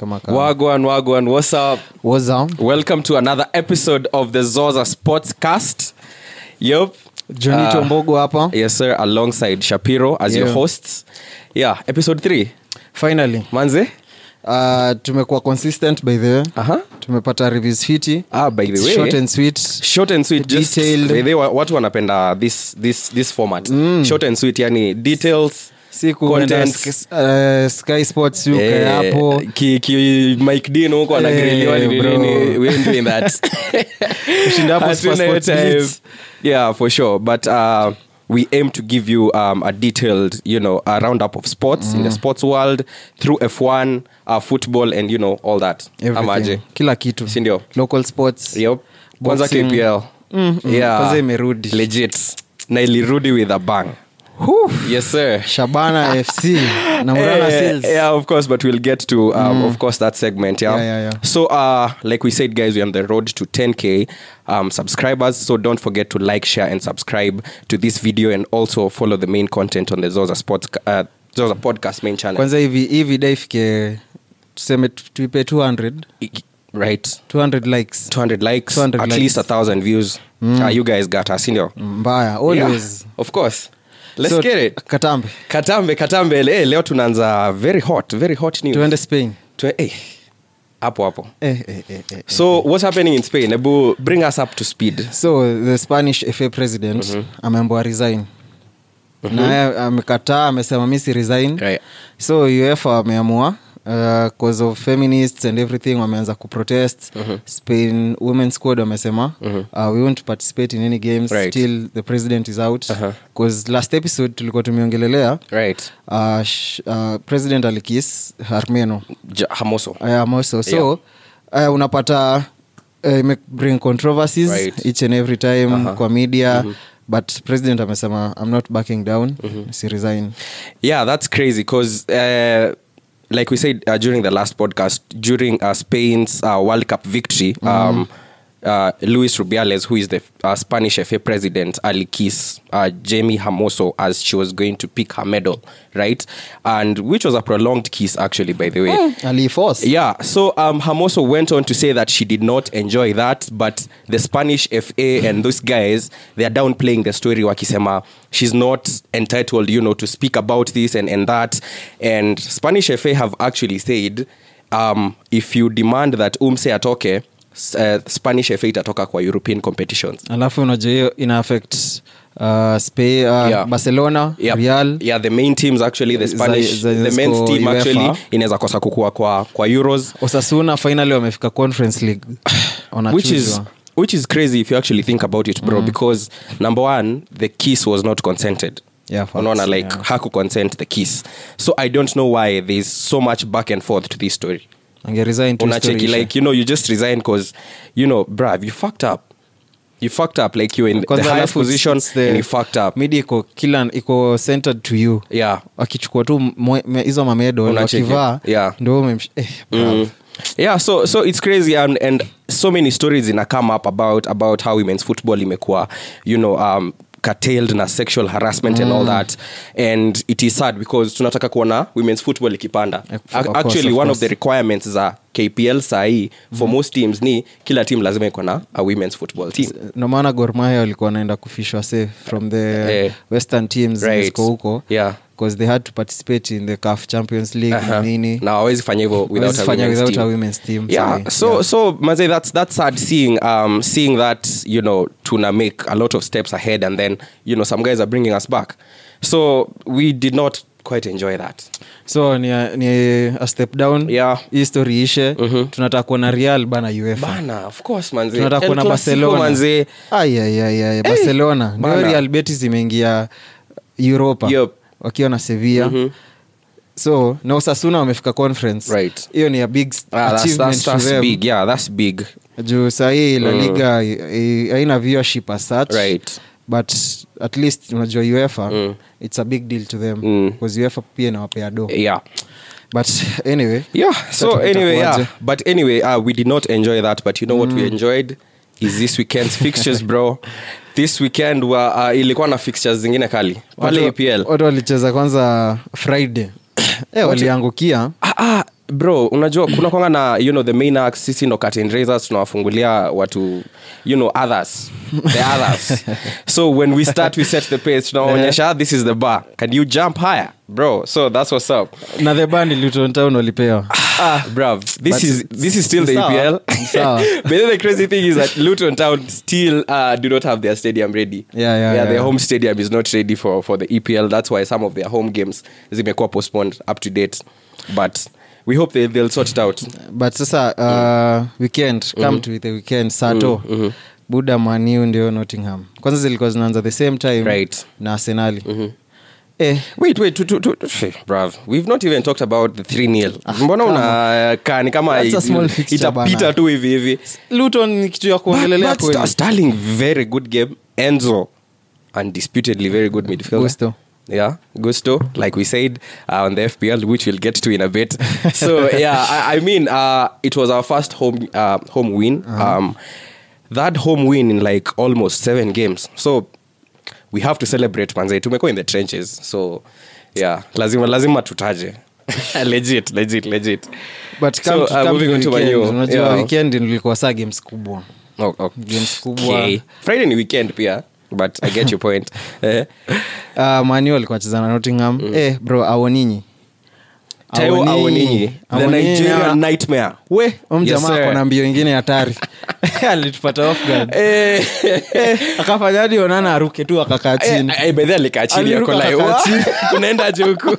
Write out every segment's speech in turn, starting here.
kama kawaida. Wagwan, Wagwan, what's up? What's up? Welcome to another episode of the Zoza Sportscast. Yup. Johnny Uh, Tombogo hapa. Yes, sir. Alongside Shapiro as your Yeah. hosts. Yeah, episode three. Finally. Manze? Uh, tumekuwa consistent by the way. Aha. Tumepata reviews fiti. Ah, by the way. Short and sweet. short and sweet just Detailed. Mm. they, they, wa- watu wanapenda uh, this, this, this format short and sweet yani details Si kuenda contents. sk- s- uh, Sky Sports UK Eh, hapo. ki, ki Mike Dean huko anagriliwa Eh, ni bro. nini, we ain't doing that. Ushinda hapo Hatuna Super Sports hiyo time. Blitz. Yeah, for sure. But uh, we aim to give you um, a detailed, you know, a roundup of sports in the Mm. sports world through F1, uh, football, and you know all that. Everything. Amaje. Kila kitu. Si ndio? Local sports. Yep. Kwanza Boxing. KPL. Mm, mm. Yeah. Kwanza imerudi. Legit. Na ilirudi with a bang. Whew. Yes sir. Shabana FC na Murana Eh, Seals. Mm. yeah, of course, but we'll get to, um, of course, that segment. Yeah. Yeah, yeah, yeah. So, uh, like we said, guys, we're on the road to 10K um, subscribers. So, don't forget to like, share, and subscribe to this video and also follow the main content on the Zoza, Sports, uh, Zoza Podcast main channel. Kwanza hivi hii video ifike tuseme tu- tuipe 200 right. 200 likes 200 likes, 200 at likes. least a 1,000 views. Uh, you guys got us, you know? mbaya Yeah, always Of course. Let's So, get it. katambe Katambe, Katambe, eh, leo tunaanza very hot, very hot news. tuende spain Twe- eh, hapo hapo. eh, eh, eh, eh. So what's happening in Spain? Ebu bring us up to speed. so the spanish fa president ameambwa resign naye amekataa amesema mi si resign Right. so uefa ameamua Uh, cause of feminists and everything wameanza kuprotest spain women squad wamesema uh, we won't participate in any games Right. till the president is out cause last episode tulikuwa tumeongelelea Right. uh, sh- uh, president alikis armeno J- Hamoso. yeah, more so. Eh, so uh, unapata uh, ime- bring controversies Right. Uh-huh. Mm-hmm. each and every time kwa media but president amesema i'm not backing down si resign Yeah, that's crazy because uh, like we said uh, during the last podcast, during uh, Spain's uh, World Cup victory, um, uh, Luis Rubiales, who is the uh, Spanish FA president, Alikis uh, Jamie Hamoso as she was going to pick her medal, right? And which was a prolonged kiss, actually, by the way. Oh. aliforce Mm. Yeah, so um, Hamoso went on to say that she did not enjoy that, but the Spanish FA and those guys, they are downplaying the story wakisema she's not entitled, you know, to speak about this and, and that. And Spanish FA have actually said, um, if you demand that umse atoke, s- uh, Spanish FA itatoka kwa European competitions. alafu unajua hiyo ina affect uh, Spain, uh, Yeah. barcelona Yep. real yeah the main teams actually the Za- spanish za- the men's ziko team UEFA. actually inaweza kosa kukua kwa, kwa euros osasuna finally wamefika conference league which is Wanachuzwa. which is crazy if you actually think about it Mm. bro because number one the kiss was not consented Yeah, facts, unaona like yeah. haku consent the kiss so i don't know why there's so much back and forth to this story Angeresign tu unacheki story ishe. like you know you just resign because you know bruv you fucked up you fucked up like you're in the Kwanza highest alafu it's- position it's the- and you fucked up media iko kila iko centered to you yeah wakichukua Ah, tu mwe- me- hizo mamedol Unacheki. wakivaa Yeah. ndo umemsh- eh, Mm. yeah so so it's crazy and and so many stories ina come up about about how women's football imekuwa you know um curtailed na sexual harassment and Mm. all that and it is sad because tunataka kuona women's football ikipanda Of- of Ac- course, actually of one of course. Mm. the requirements za kpl sahii for most teams ni kila team lazima iko na a women's football team ndo maana gormaya walikuwa wanaenda kufishwa safe from the Eh. western teams zenye Right. ziko huko Yeah. because they had to participate in the caf champions league na Aha. nini na hawawezi fanya hivyo without, Hawezi a fanya women's without team. a women's team, yeah sorry. so Yeah. so maze that's that's sad seeing um seeing that you know tuna make a lot of steps ahead and then you know some guys are bringing us back so we did not quite enjoy that so ni, a- ni a step down Yeah. Mm-hmm. hii story ishe tunataka kuona real bana uefa bana of course manze tunataka El kuona Clasico, barcelona manze Ah, Ai, ai, ai, ai, barcelona ndio Eh, bana. real betis imeingia europa Yup. Mhm. wakiwa na sevilla so na usasuna wamefika conference Right. hiyo ni a big s- ah, that's, achievement that's, to that's them. big yeah that's big juu sahii laliga haina viewership as such Mm. Right. but at least unajua uefa it's a big deal to them Mm. Eh. because uefa pia inawapea do yeah but anyway yeah sasa so anyway itakuwaje? yeah but anyway uh, we did not enjoy that but you know what we enjoyed is this weekend's fixtures bro this weekend were, uh, ilikuwa na fixtures zingine kali pale Watu- epl watu walicheza kwanza friday Eh, waliangukia Ah, ah, bro unajua kuna kwanga na you know the main act sisi ndo curtain raisers tunawafungulia watu you know others the others so when we start we set the pace tunawaonyesha "Ah, this is the bar can you jump higher bro so that's what's up na the band luton town walipewa ah, bruv this But is this is still the sawa. EPL. Sawa. but then the crazy thing is that Luton Town still uh, do not have their stadium ready. Yeah, yeah, their yeah. home stadium is not ready for for the EPL. That's why some of their home games zimekuwa postponed up to date. But we hope they they'll sort it out. but sasa uh, Mm. weekend come Mm-hmm. to with the weekend sato mm-hmm. buda maniu ndio nottingham kwanza zilikuwa zinaanza the same time Right. Mm-hmm. na arsenali eh, Wait, wait, tu, tu, tu, tu, shit, bruv. We've not even talked about the 3-0. Mbona unakaa ni kama That's a small it- fixture itapita bana. tu hivi hivi. luton ni kitu ya kuongelelea But- but Star- Sterling very good game. Enzo undisputedly very good midfielder. Gusto. Yeah, Gusto, like we said uh, on the FPL, which we'll get to in a bit. So yeah, I, I mean, uh, it was our first home uh, home win. Uh-huh. Um, that home win in like almost seven games. So we have to celebrate manze. Tumekuwa in the trenches. So yeah, lazima lazima tutaje. legit, legit, legit. but come So, to, uh, come moving on to to Manu. weekend, unajua Yeah. weekend nilikuwa saa games kubwa Oh, oh. Games kubwa. Okay. Friday ni weekend pia, but I get your point. Eh, uh, maniu alikuwa cheza na nottingham Mm. eh, bro awoninyi Taiwo Awoniyi, the Nigerian nightmare. We, yes, mjamaa sir. yes, kona mbio ingine hatari alitupata off guard Eh, akafanya hadi onana aruke tu akakaa eh, chini eh, by the way, alikaa chini ako Aliruka like, akakaa "What? chini." Unaendaje huku?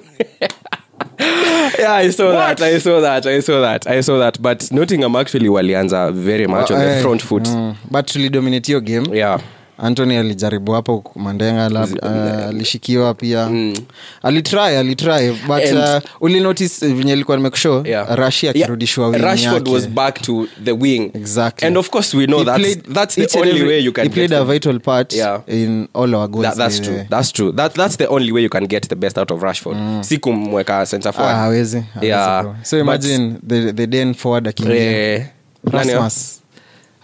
Yeah, I saw that, I saw that, I saw that, I saw that. But Nottingham actually walianza very much on the Eh, front foot. mm, but tulidominate hiyo game Yeah. antony alijaribu hapo ku- mandenga labda uh, alishikiwa pia alitry alitry but Mm. And- uh, ulinotice venye ilikuwa nimekushow Yeah. rashi Yeah, akirudishwa wing Rashford yake. was back to the wing. Exactly. And of course we know He that's played- that's the each and only every- way you can he get played the a vital part Yeah. in all our goals That, that's by the true. way. That's true. That that's the only way you can get the best out of Rashford. Si kumweka center Mm. Ah, forward. hawezi hawezi Yeah. bro. so But- imagine the, the den forward akiingia Eh, nani ya- rasmus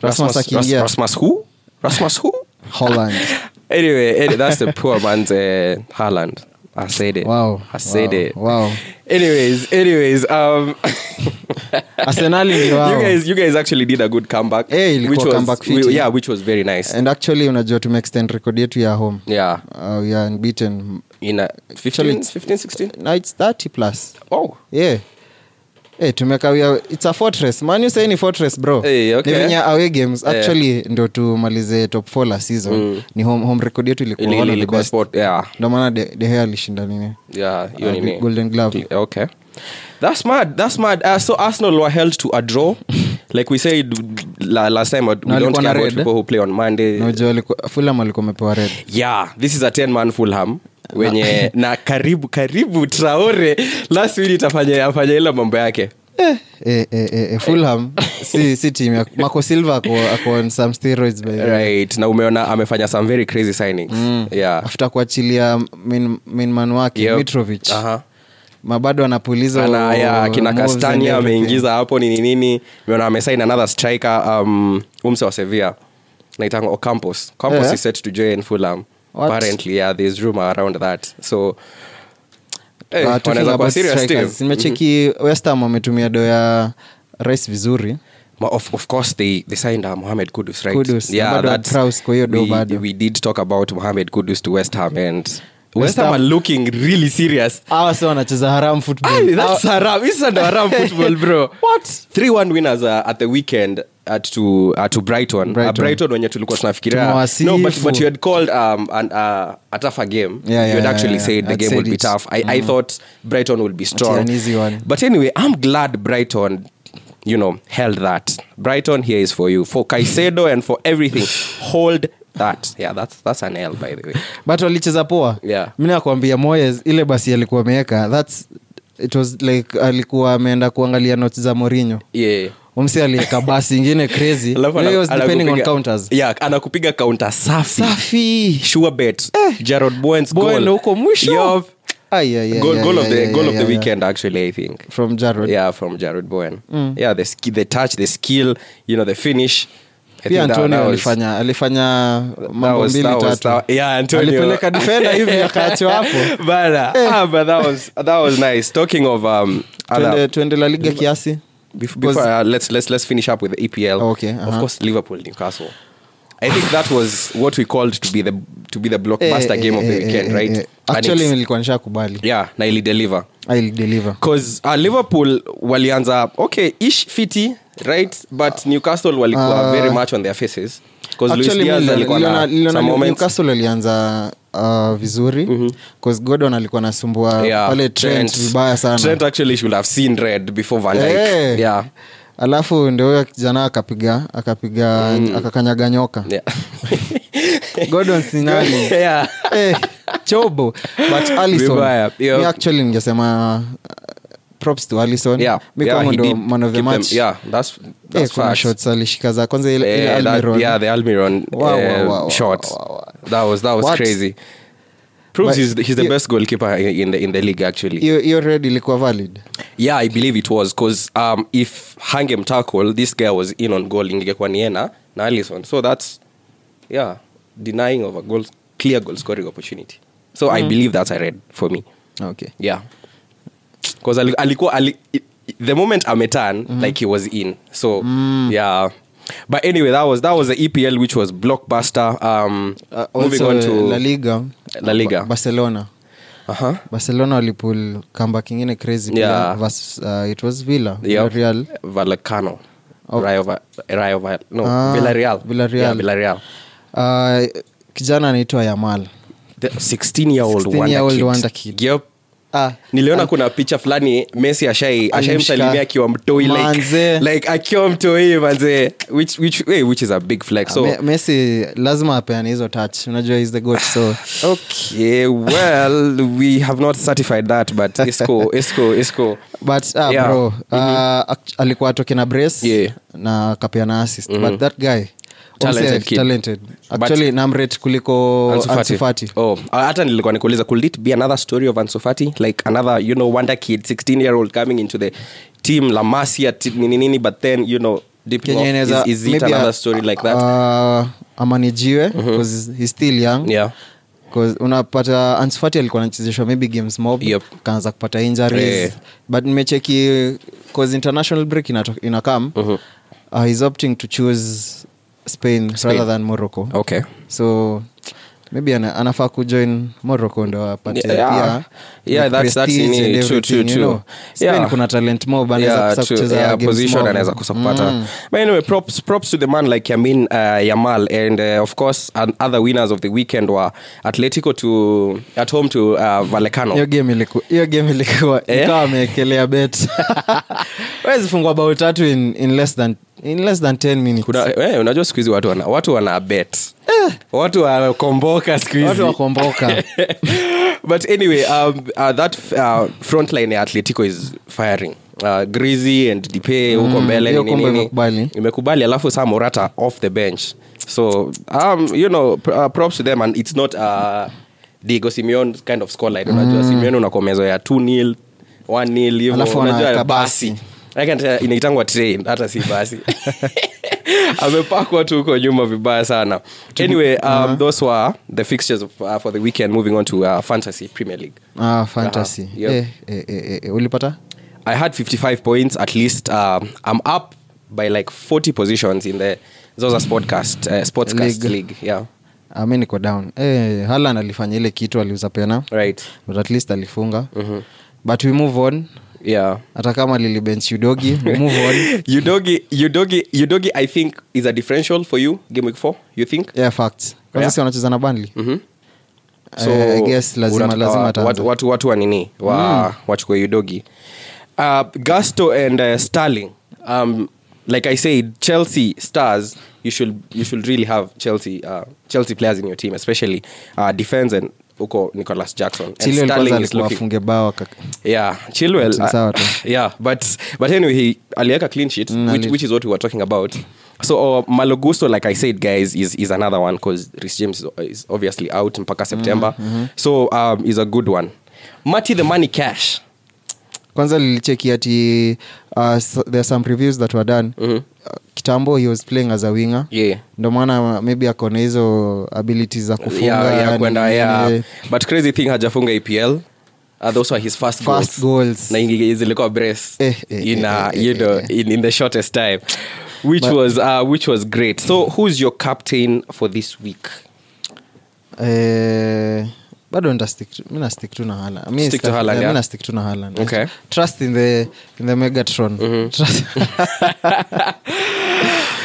rasmus Rasmus- akiingia Rasmus who? Rasmus who? holland Anyway, any- that's the poor man's uh, Haaland. I said it. Wow. I said Wow. it. Wow. Anyways, anyways, um arsenali ndio you wao guys you guys actually did a good comeback. Eh, ilikuwa which was comeback we- fiti. yeah, which was very nice. and actually unajua tumeextend record yetu ya home yeah. uh, we are unbeaten In a Actually, 15 it's- 15 16. no, it's 30 plus Oh. yeah Hey, tumekawia its a fortress man you say ni fortress bro Eh, okay. ni venye away games Eh. actually ndo tumalize top 4 la season ni home, home record yetu ilikuwa Mm. Ili- one ili- of the ilikuwa best. sport. Yeah. ndo maana De- De Gea alishinda nini yeah hiyo Uh, nini? Golden Glove. okay that's mad that's mad uh, so arsenal were held to a draw like we said la, last time uh, we don't walikuwa care na about red, people who play on monday Unajua walikuwa- fulham alikuwa amepewa red yeah this is a 10 man fulham wenye na karibu karibu traore last minute afanye afanye ile mambo yake eh, eh, eh, eh, fulham si, si team ya marco silva ako, ako on some steroids by the way. right na umeona amefanya some very crazy signings Mm. yeah after kuachilia min, minman wake Yep. Uh-huh. mitrovic Aha. mabado anapuliza Ana- ya, kina moves and kastania everything. ameingiza hapo nini nini meona amesain another striker um, umse wa sevilla naitanga ocampos campos Eh? is set to join fulham What? apparently yeah there's rumor around that so eh, Uh, talking wanaweza kuwa about serious Mm-hmm. team. strikers, nimecheki westham wametumia do ya rice vizuri Ma- Of, of course they, they signed uh, Mohamed Kudus, right? Kudus. Yeah, Bado that's- Traus kwa hiyo do we, bado. we did talk about Mohamed Kudus to West Ham and West, Ham Ham- are looking really serious. awa se wanacheza haram football. Ay, that's haram. This is under haram football, bro. what? Three one winners uh, at the weekend at to uh, to Brighton. Brighton, uh, Brighton. Brighton wenye tulikuwa tunafikiria. Tumewasifu. No, but, but you had called um an, uh, a tougher game. Yeah, you had yeah, actually yeah, said yeah. the I'd game said would be it. Mm-hmm. tough. I, I thought Brighton would be strong. an easy one. But anyway, I'm glad Brighton you know held that. Brighton here is for you. For Caicedo and for everything. Hold that. Yeah, that's that's an L by the way. but walicheza poa Yeah. mi nakwambia moyes ile basi alikuwa ameweka thats it was like alikuwa ameenda kuangalia not za morinyo Yeah. umsi aliweka basi ingine crazy Alafu He ana- was depending on anakupiga- counters Yeah, anakupiga counter safi safi sure bet Gerald Bowen's Eh, Bowen goal huko mwisho. Yup. Ai, ai, ai, goal, ai, goal of ai, the ai, goal ai, of the ai, ai. weekend actually I think from jarod yeah from Jared Bowen Mm. yeah the ski, the touch the skill you know the finish I think pia that- antonio that was- alifanya alifanya that mambo was- mbili that was- tatu that- yeah, Antonio. alipeleka defenda hivi akaachwa hapo Eh. Bana. Ah, but that was that was nice talking of um other twende, twende la liga kiasi Bef- before uh, let's let's let's finish up with the EPL. Oh, okay, Of uh-huh. course, Liverpool Newcastle. I think that was what we called to be the to be the blockbuster game of the weekend, right? eh, eh. And actually it's- nilikuwa nisha kubali yeah, na ili deliver. i'll deliver Cause uh, Liverpool walianza okay ish fiti right, but Newcastle walikuwa Uh, very much on their faces. Cause Luis Actually, Diaz Milan- alikuwa Leona- na Leona- some moments. Mhm. newcastle alianza uh, vizuri mm-hmm. godon alikuwa nasumbua Yeah, pale trent vibaya sana Trent actually should have seen red before Van Dijk. Eh. Yeah. alafu ndio huyo kijana akapiga akapiga Mm. akakanyaga nyoka Yeah. godon sinani yeah. Eh, chobo but Alisson, Vibaya. Yo. mi actually ningesema uh, props to alison Yeah. mi yeah, kwangu he ndo did man of the keep them- match Yeah, that's Eh, that's kuna facts. shots alishika za kwanza ile ile Eh, that- Almiron. yeah, the Almiron Wow, uh, wow, wow, wow, shot. wow, wow. That was that was What? crazy. Proves But- he's, the- he's the Yeah. best goalkeeper in in the in the league actually. hiyo hiyo red ilikuwa valid Yeah, I believe it was because um, if Hangem tackle, this guy was in on goal ingekuwa niena na Alisson. So that's yeah, denying of a goal clear goal scoring opportunity. So Mm. I believe that's a red for me. okay Yeah. Because alikuwa ali, i- i- the moment ameturn Mm-hmm. mm like he was in. So Mm. yeah. But anyway, that was that was the EPL which was blockbuster. Um Uh, moving also, on to la liga La Liga. Ba- barcelona Uh-huh. barcelona walipul comeback ingine crazy pia Yeah. vers- uh, it was villa Yep. real Vallecano. Oh. Rayo, Va- Rayo, Va- no, Ah, Oh, Villarreal. Yeah, Villarreal. Villarreal. uh, kijana anaitwa yamal The 16 year old 16 wonder, year old kid. wonder kid. Yep. ah, niliona kuna picha fulani messi ashai Alimshika. ashaimsalimia akiwa mtoi like, Manze. like akiwa mtoi manze which, which, eh, which is a big flag so Me- messi lazima apeane hizo touch unajua is the goat so Okay, well, we have not certified that, but it's cool, it's cool, it's cool. but ah, Yeah. Mhm. bro uh, act- alikuwa toke na brace Yeah. Mhm. na kapia na assist but that guy Talented obviously kid. talented. But- actually namrate kuliko Ansu Fati. ansufati Oh, uh, hata nilikuwa nikuuliza could it be another story of ansufati like another you know wonder kid 16 year old coming into the team la masia ti- nini nini but then you know dipping kenya off, is, inaweza is it maybe another a- story like that Mm-hmm. uh, amanijiwe because he's still young yeah 'Cause unapata ansfati alikuwa anachezeshwa maybe games mob Yep. kaanza kupata injuries Eh. but nimecheki cause international break inato- ina come Mm-hmm. uh, he's opting to choose spain, rather than morocco okay so maybe ana, anafaa kujoin morocco ndo apate Yeah, yeah. pia Yeah, with that's- that's uh, prestige in it. and True, true, everything, you true. know. Spain Yeah. kuna talent mob anaweza Yeah, kusa true. kucheza Yeah, games position mob. Mm. anaweza kusapata but anyway props, props to the man like yamin uh, yamal and uh, of course and other winners of the weekend were atletico to at home to uh, valecano hiyo game iliku- hiyo game ilikuwa Eh? ikawa ameekelea bet wezi fungwa bao tatu in, in less than in less than 10 minutes Kuna, eh, unajua siku hizi watu wana, watu wana bet watu wanakomboka siku Eh. watu hizi wakomboka but anyway um, uh, that uh, front line ya atletico is firing uh, grizy and dipe huko mbele Mm, hiyo nini, kombo nini. imekubali. imekubali alafu saa morata off the bench so um, you know pr uh, props to them and it's not uh, diego simeon kind of scoreline Mm. unajua simeon unakomezo ya 2 nil 1 nil hivyo. Alafu Unajua, wanaweka basi Like hata inaitangwa train hata si basi amepakwa tu huko nyuma vibaya sana anyway um, uh-huh. those were the fixtures of, uh, for the weekend moving on to uh, fantasy premier league ah, fantasy Aha, yep. eh, eh, eh, eh, eh, ulipata i had 55 points at least um, i'm up by like 40 positions in the zoza sportcast uh, sportscast league. League. yeah Ah, mi niko down eh, halan alifanya ile kitu aliuza pena right Mm-hmm. but at least alifunga but we move on yeah hata kama lilibench udogi we move on udogi udogi udogi i think is a differential for you game week 4 you think yeah, facts kwanza Yeah. si wanacheza na banli Mhm. Eh, I guess lazima- unataka lazima Mm. ataanza. watu, watu, watu wa nini wa wachukue yudogi uh, gasto and uh, starling um, like i said chelsea stars you should, you should really have chelsea, uh, chelsea players in your team especially uh, defense and huko nicholas jackson And chilio Sterling kwanza is alikuwa looking- afunge bao kaka yeah chilwell uh, Ni sawa tu. yeah but but anyway he aliweka clean sheet Mm, which, ali- which is what we were talking about so uh, malogusto like i said guys is, is another one because rich james is, is obviously out Mm, mpaka september mm-hmm. so um, is a good one mati the money cash kwanza lilicheki ati uh, so, there are some reviews that were done uh, kitambo he was playing as a winger Mm-hmm. Yeah. ndo maana maybe akona hizo abilities za kufunga yeah, yeah, yani, kwenda yeah. eh, but crazy thing hajafunga epl E uh, those were his first, First goals. na ingi- zilikuwa brace Eh, eh, in, uh, eh, eh, you eh, know in, in the shortest time which was uh, which was great so Mm. who's your captain for this week Eh, bado mina stick tu na Haaland. Mi Stick to sta- Haaland, eh, yeah? mina stick tu na Haaland. Okay. Mm-hmm. trust in the, in the megatron Trust-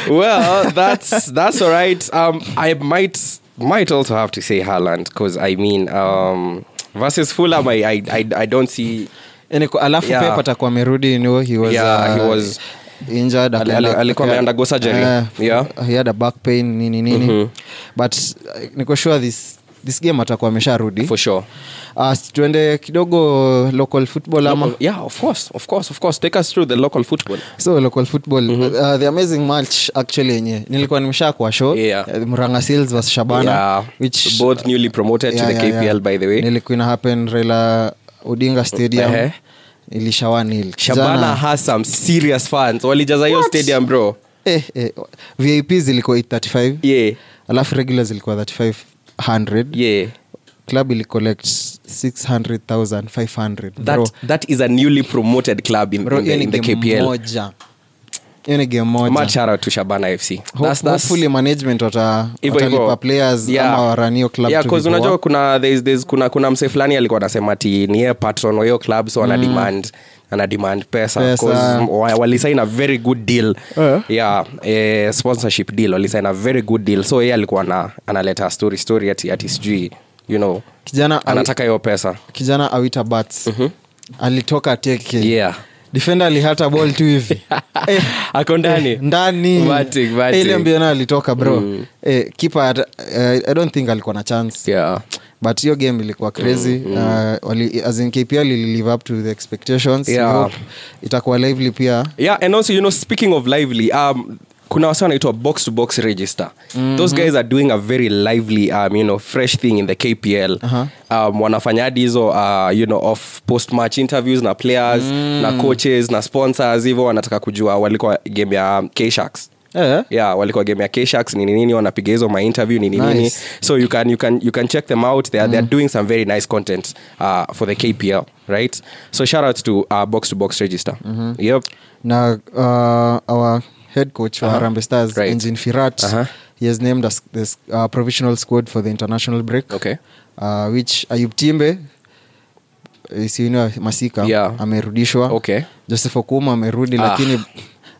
well that's that's all right um i might might also have to say Haaland because i mean um versus fulham i i i, I don't see Yaani ku- alafu Yeah. yeah. pep atakuwa amerudi you know, he was, Yeah, he uh, was- injured Ali- akaenda- ali- alikuwa aka- ame-undergo surgery. Eh, Yeah. Mm-hmm. he had a back pain nini nini but uh, niko sure this this game atakuwa amesharudi for sure uh, si tuende kidogo local football ama Local- yeah of course of course of course take us through the local football so local football Mm-hmm. uh, the amazing match actually yenye nilikuwa nimesha kwa show Yeah. uh, muranga seals vs shabana yeah which both newly promoted to the kpl by the way nilikuwa ina happen raila odinga stadium Ehe. ilishawa nil shabana Jana- has some serious fans walijaza hiyo stadium bro eh, eh, vip zilikuwa 835 yeah alafu regular zilikuwa 3500 yeah club ilicollect 600500 that bro that is a newly promoted club in, bro in the, hiyo ni in the game kpl moja hiyo ni game moja much shout out to shabana fc Ho- hopefully management wata- Hivyo hivyo. watalipa players Yeah. ama waranio club Yeah, to 'cause be unajua poor. kuna there's, there's, kuna, kuna mse fulani alikuwa anasema ti niye patron wa hiyo club so ana demand ana demand pesa, Mm. Pesa. 'cause, mm, wa- walisign a very good deal Eh. yeah eh, sponsorship deal walisign a very good deal so yeye alikuwa ana, analeta story story ati, ati sijui you know kijana awi- anataka hiyo pesa kijana awita bats alitoka teke Mhm. Yeah. defender alihata ball tu hivi Eh, ako ndani eh, ndani Batting, batting. Eh, ile mbio nayo alitoka bro eh, kipa eh, i don't think alikuwa na chance yeah. Mm, but hiyo game ilikuwa crazy uh, wali, as in kpl ili live up to the expectations We Yeah. hope itakuwa lively pia yeah and also you know speaking of lively um kuna wasa wanaitwa box to box register Mm-hmm. those guys are doing a very lively um, you know fresh thing in the kpl Uh-huh. um, wanafanya hadi hizo uh, you know off post match interviews na players Mm. na coaches na sponsors hivyo wanataka kujua walikuwa game ya um, ksharks Eh. yeah walikuwa game ya ksharks nini nini wanapiga hizo ma interview nini nini Nice. Mm. so you can you can you can check them out they are, they are doing some very nice content uh, for the kpl right so shout out to uh, box to box register Mm-hmm. yep na uh, our head coach wa Uh-huh. Harambee Stars Right. Engin Firat Uh-huh. he has named us this uh, provisional squad for the international break Okay. uh, which Ayub Timbe eh, si you know, Masika Yeah. amerudishwa Okay. Joseph Okuma amerudi Ah. lakini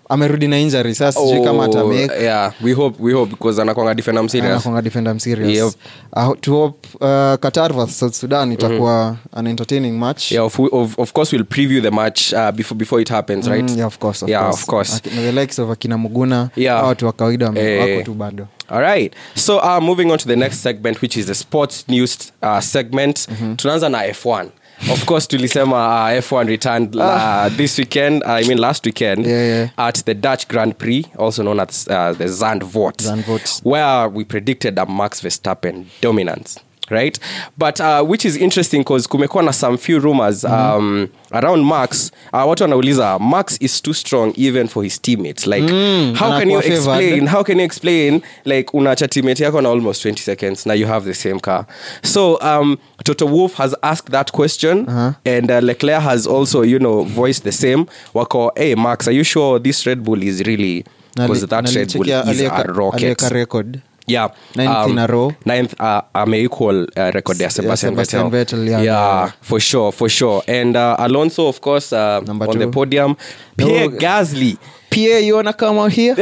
amerudi na injury sasa sijui kama Oh, atamake yeah, we hope we hope because anakwanga defender mserious anakwanga defender mserious Yep. uh, to hope uh, Qatar vs South Sudan itakuwa Mm-hmm. an entertaining match yeah of, of, of course we'll preview the match uh, before before it happens right Mm, yeah, of course, of yeah course. of course Aki- na the likes of akina muguna Yeah. hawa watu wa kawaida wame- Eh. wako tu bado all right so uh, moving on to the next segment which is the sports news uh, segment Mm-hmm. tunaanza na f1 of course tulisema uh, f1 returned uh, this weekend i mean last weekend Ah. Yeah, yeah. at the dutch grand prix also known as uh, the zandvoort Zandvoort. where we predicted a max verstappen dominance right but uh, which is interesting because kumekuwa na some few rumors Mm-hmm. um, around max uh, watu wanauliza max is too strong even for his teammates like Mm. how can Hmm, you anakuwa favored. explain how can you explain like unacha teammate yako na almost 20 seconds now you have the same car so um, toto wolf has asked that question Uh-huh. and uh, leclerc has also you know voiced the same wako hey max are you sure this red bull is really because Nali- that red bull nalichekia is a aliyeka- rocket aliyeka record yeah um, Ninth in a row. ninth uh, ameequal uh, record ya S- sebastian, yeah, Sebastian vettel, Vettel, yeah, yeah yeah. for sure for sure and uh, alonso of course uh, Number on the two. podium pierre No. gasly pia you wanna come out here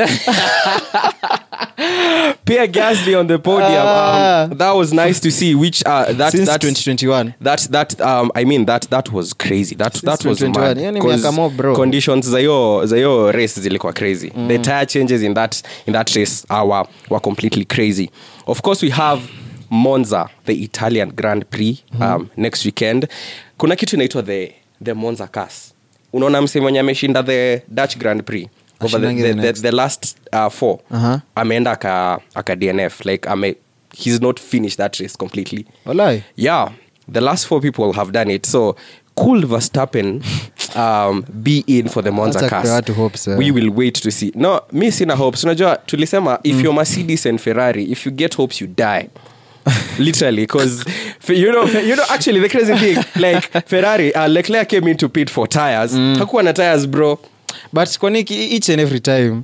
Pierre Gasly on the podium. Ah. um, that was nice to see. Which uh, that Since that 2021. That that um, I mean that that was crazy. That that was 2021. mad. Hiyo ni 'Cause miaka mob, bro. Mm. Conditions za hiyo za hiyo race zilikuwa crazy. The tire changes in that in that race uh, were, were completely crazy. Of course we have Monza, the Italian Grand Prix Mm-hmm. um, next weekend. Kuna kitu inaitwa the the Monza curse. Unaona msemo mwenye ameshinda the Dutch Grand Prix over the, Ashindangi the the, the, next. Uh-huh. the last uh, four Aha. ameenda aka, aka dnf like ame, he's not finished that race completely walai yeah the last four people have done it so could verstappen um, be in for the monza Acha kupewa cast watu hopes, eh. we will wait to see Mm. no mi sina hopes unajua tulisema if you're mercedes and ferrari if you get hopes you die literally because you know you know actually the crazy thing like ferrari uh, leclerc came into pit for tires Mm. hakuwa na tires bro but kwani ki- each and every time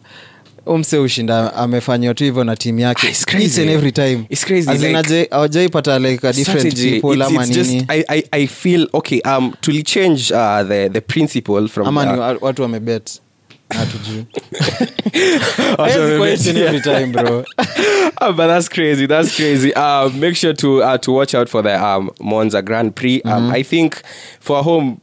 umse ushinda amefanywa tu hivyo na timu yake Ah, it's crazy. Each and every time It's crazy, As in like- haja- hawajaipata like a different Strategy, people it's- ama it's just- nini I, I, I feel okay um to change uh, the, the principle from ama ni uh, wa- watu wamebet hatujui Watu Haiwezi kuwa each wamebet, and yeah. every time bro Ah, but that's crazy. That's crazy. Uh, make sure to uh, to watch out for the um, Monza Grand Prix. Um, I think for home,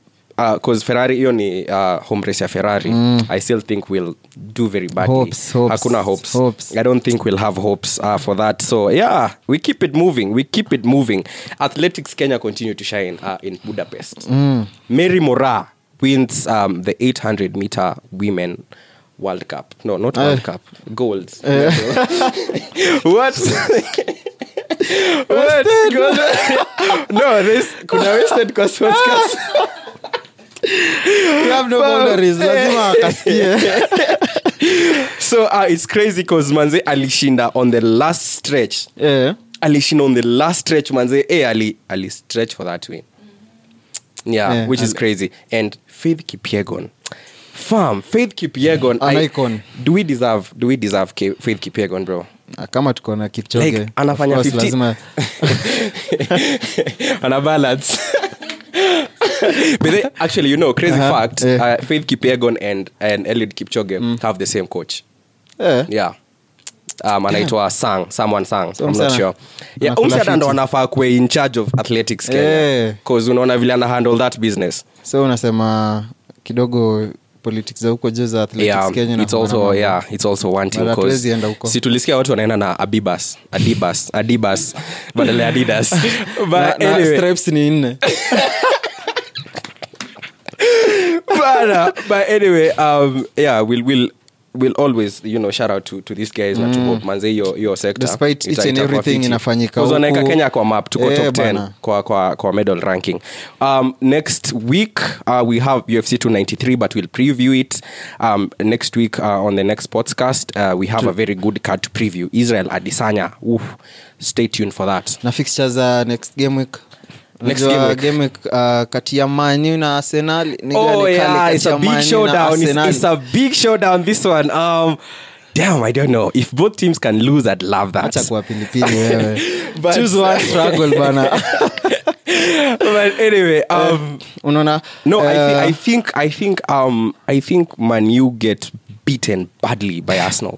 because Ferrari hiyo ni uh, home race ya Ferrari. I still think we'll do very badly. Hopes, hopes, Hakuna hopes. hopes. I don't think we'll have hopes uh, for that. So yeah, we keep it moving. We keep it moving. Athletics Kenya continue to shine uh, in Budapest. Mm. Mary Mora wins um, the 800 meter women. World Cup. No, not Uh, World Cup. Golds. what what Gold- no this kuna wasted kwa podcast we have no boundaries Eh. lazima akasikie so uh, it's crazy cause manze alishinda on the last stretch Eh. alishinda on the last stretch manze eh ali, ali stretch for that win yeah, Mm. Yeah, which is and- crazy and faith kipiegon farm faith kipiegon An I- icon. do we deserve do we deserve Ki- faith kipiegon bro Ah, kama tuko na like, kipchoge anafanya of course 50. lazima ana balance but they, actually you know crazy Uh-huh, fact yeah. Mm. uh, faith kipiegon and, and eliud kipchoge have the same coach eh yeah um, anaitwa sang someone sang So I'm not msana. sure yeah, Anakula umsada ndo fiti. anafaa kue in charge of athletics Eh. kenya bcause unaona vile ana handle that business so unasema kidogo politics za huko juu za athletics yeah, Kenya na it's also kufanana. yeah, it's also one thing But 'cause hatuwezi enda huko. si tulisikia watu wanaenda na abibas adibas adibas badala ya adidas but Na- na anyway. stripes ni nne Bana, but anyway um yeah we'll we'll we'll always you know shout out to, to these guys na to hope manze your your sector Mm. Despite each Ita- and itakuwa everything fiti. inafanyika Because wanaweka huku. kenya kwa map tuko Eh, top 10 bana. kwa, kwa, kwa medal ranking um next week uh, we have ufc 293 but we'll preview it um next week uh, on the next podcast uh, we have a very good card to preview israel adisanya Oof. stay tuned for that na fixture za next game week Next Unajua game week. game week uh, kati ya manu na arsenal ni Oh gani kali yeah, kati it's ya a big Man U na showdown. It's, Arsenal? it's a big showdown. This one. Um, damn, I don't know if both teams can lose. I'd love that. acha kuwa pilipili wewe But- Choose one struggle bana but anyway, um, unaona no, I, eh, thi- I think I think um I think Man U get beaten badly by Arsenal.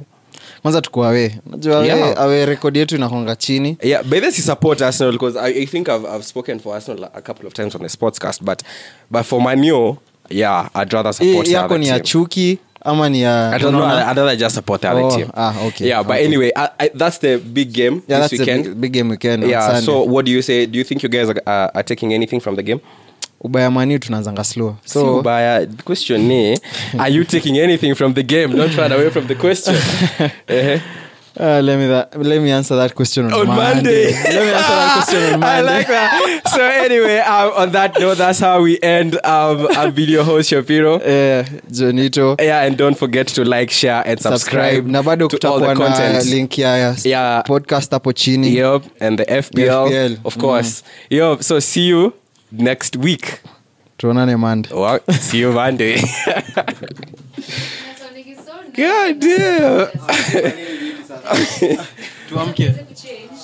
kwanza tuko awe najua awe, Yeah. awe rekodi yetu inakonga chini Yeah, but this is support Arsenal because I, I think I've, I've spoken for Arsenal a couple of times on the sportscast, but but for Man U, yeah, I'd rather Hii support the Eh, yako other ni team. ya chuki ama ni ya Eh, I don't know. unaona? I'd rather just support the other Oh, team. ah, okay, Yeah, but okay. anyway, I, I, that's the big game Yeah, this that's a weekend. big, big game weekend on yeah Sunday. so what do you say do you think you guys are, uh, are taking anything from the game ubaya mani tunaanzanga slow so so by the question eh, are you taking anything from the game don't run away from the question Eh, uh, let, me that, let me answer that question on, on monday, let me answer that question on i monday like that so anyway um, on that note that's how we end um, our video host shapiro eh, jonito yeah and don't forget to like share and subscribe, subscribe na bado to all the kutakuwa na content link ya ya Yeah. podcast hapo chini yep and the fpl, FPL, of course Mm. yep so see you next week tuonane mande well, see you monday Sonic is so nice. God damn. Tuamke. Change.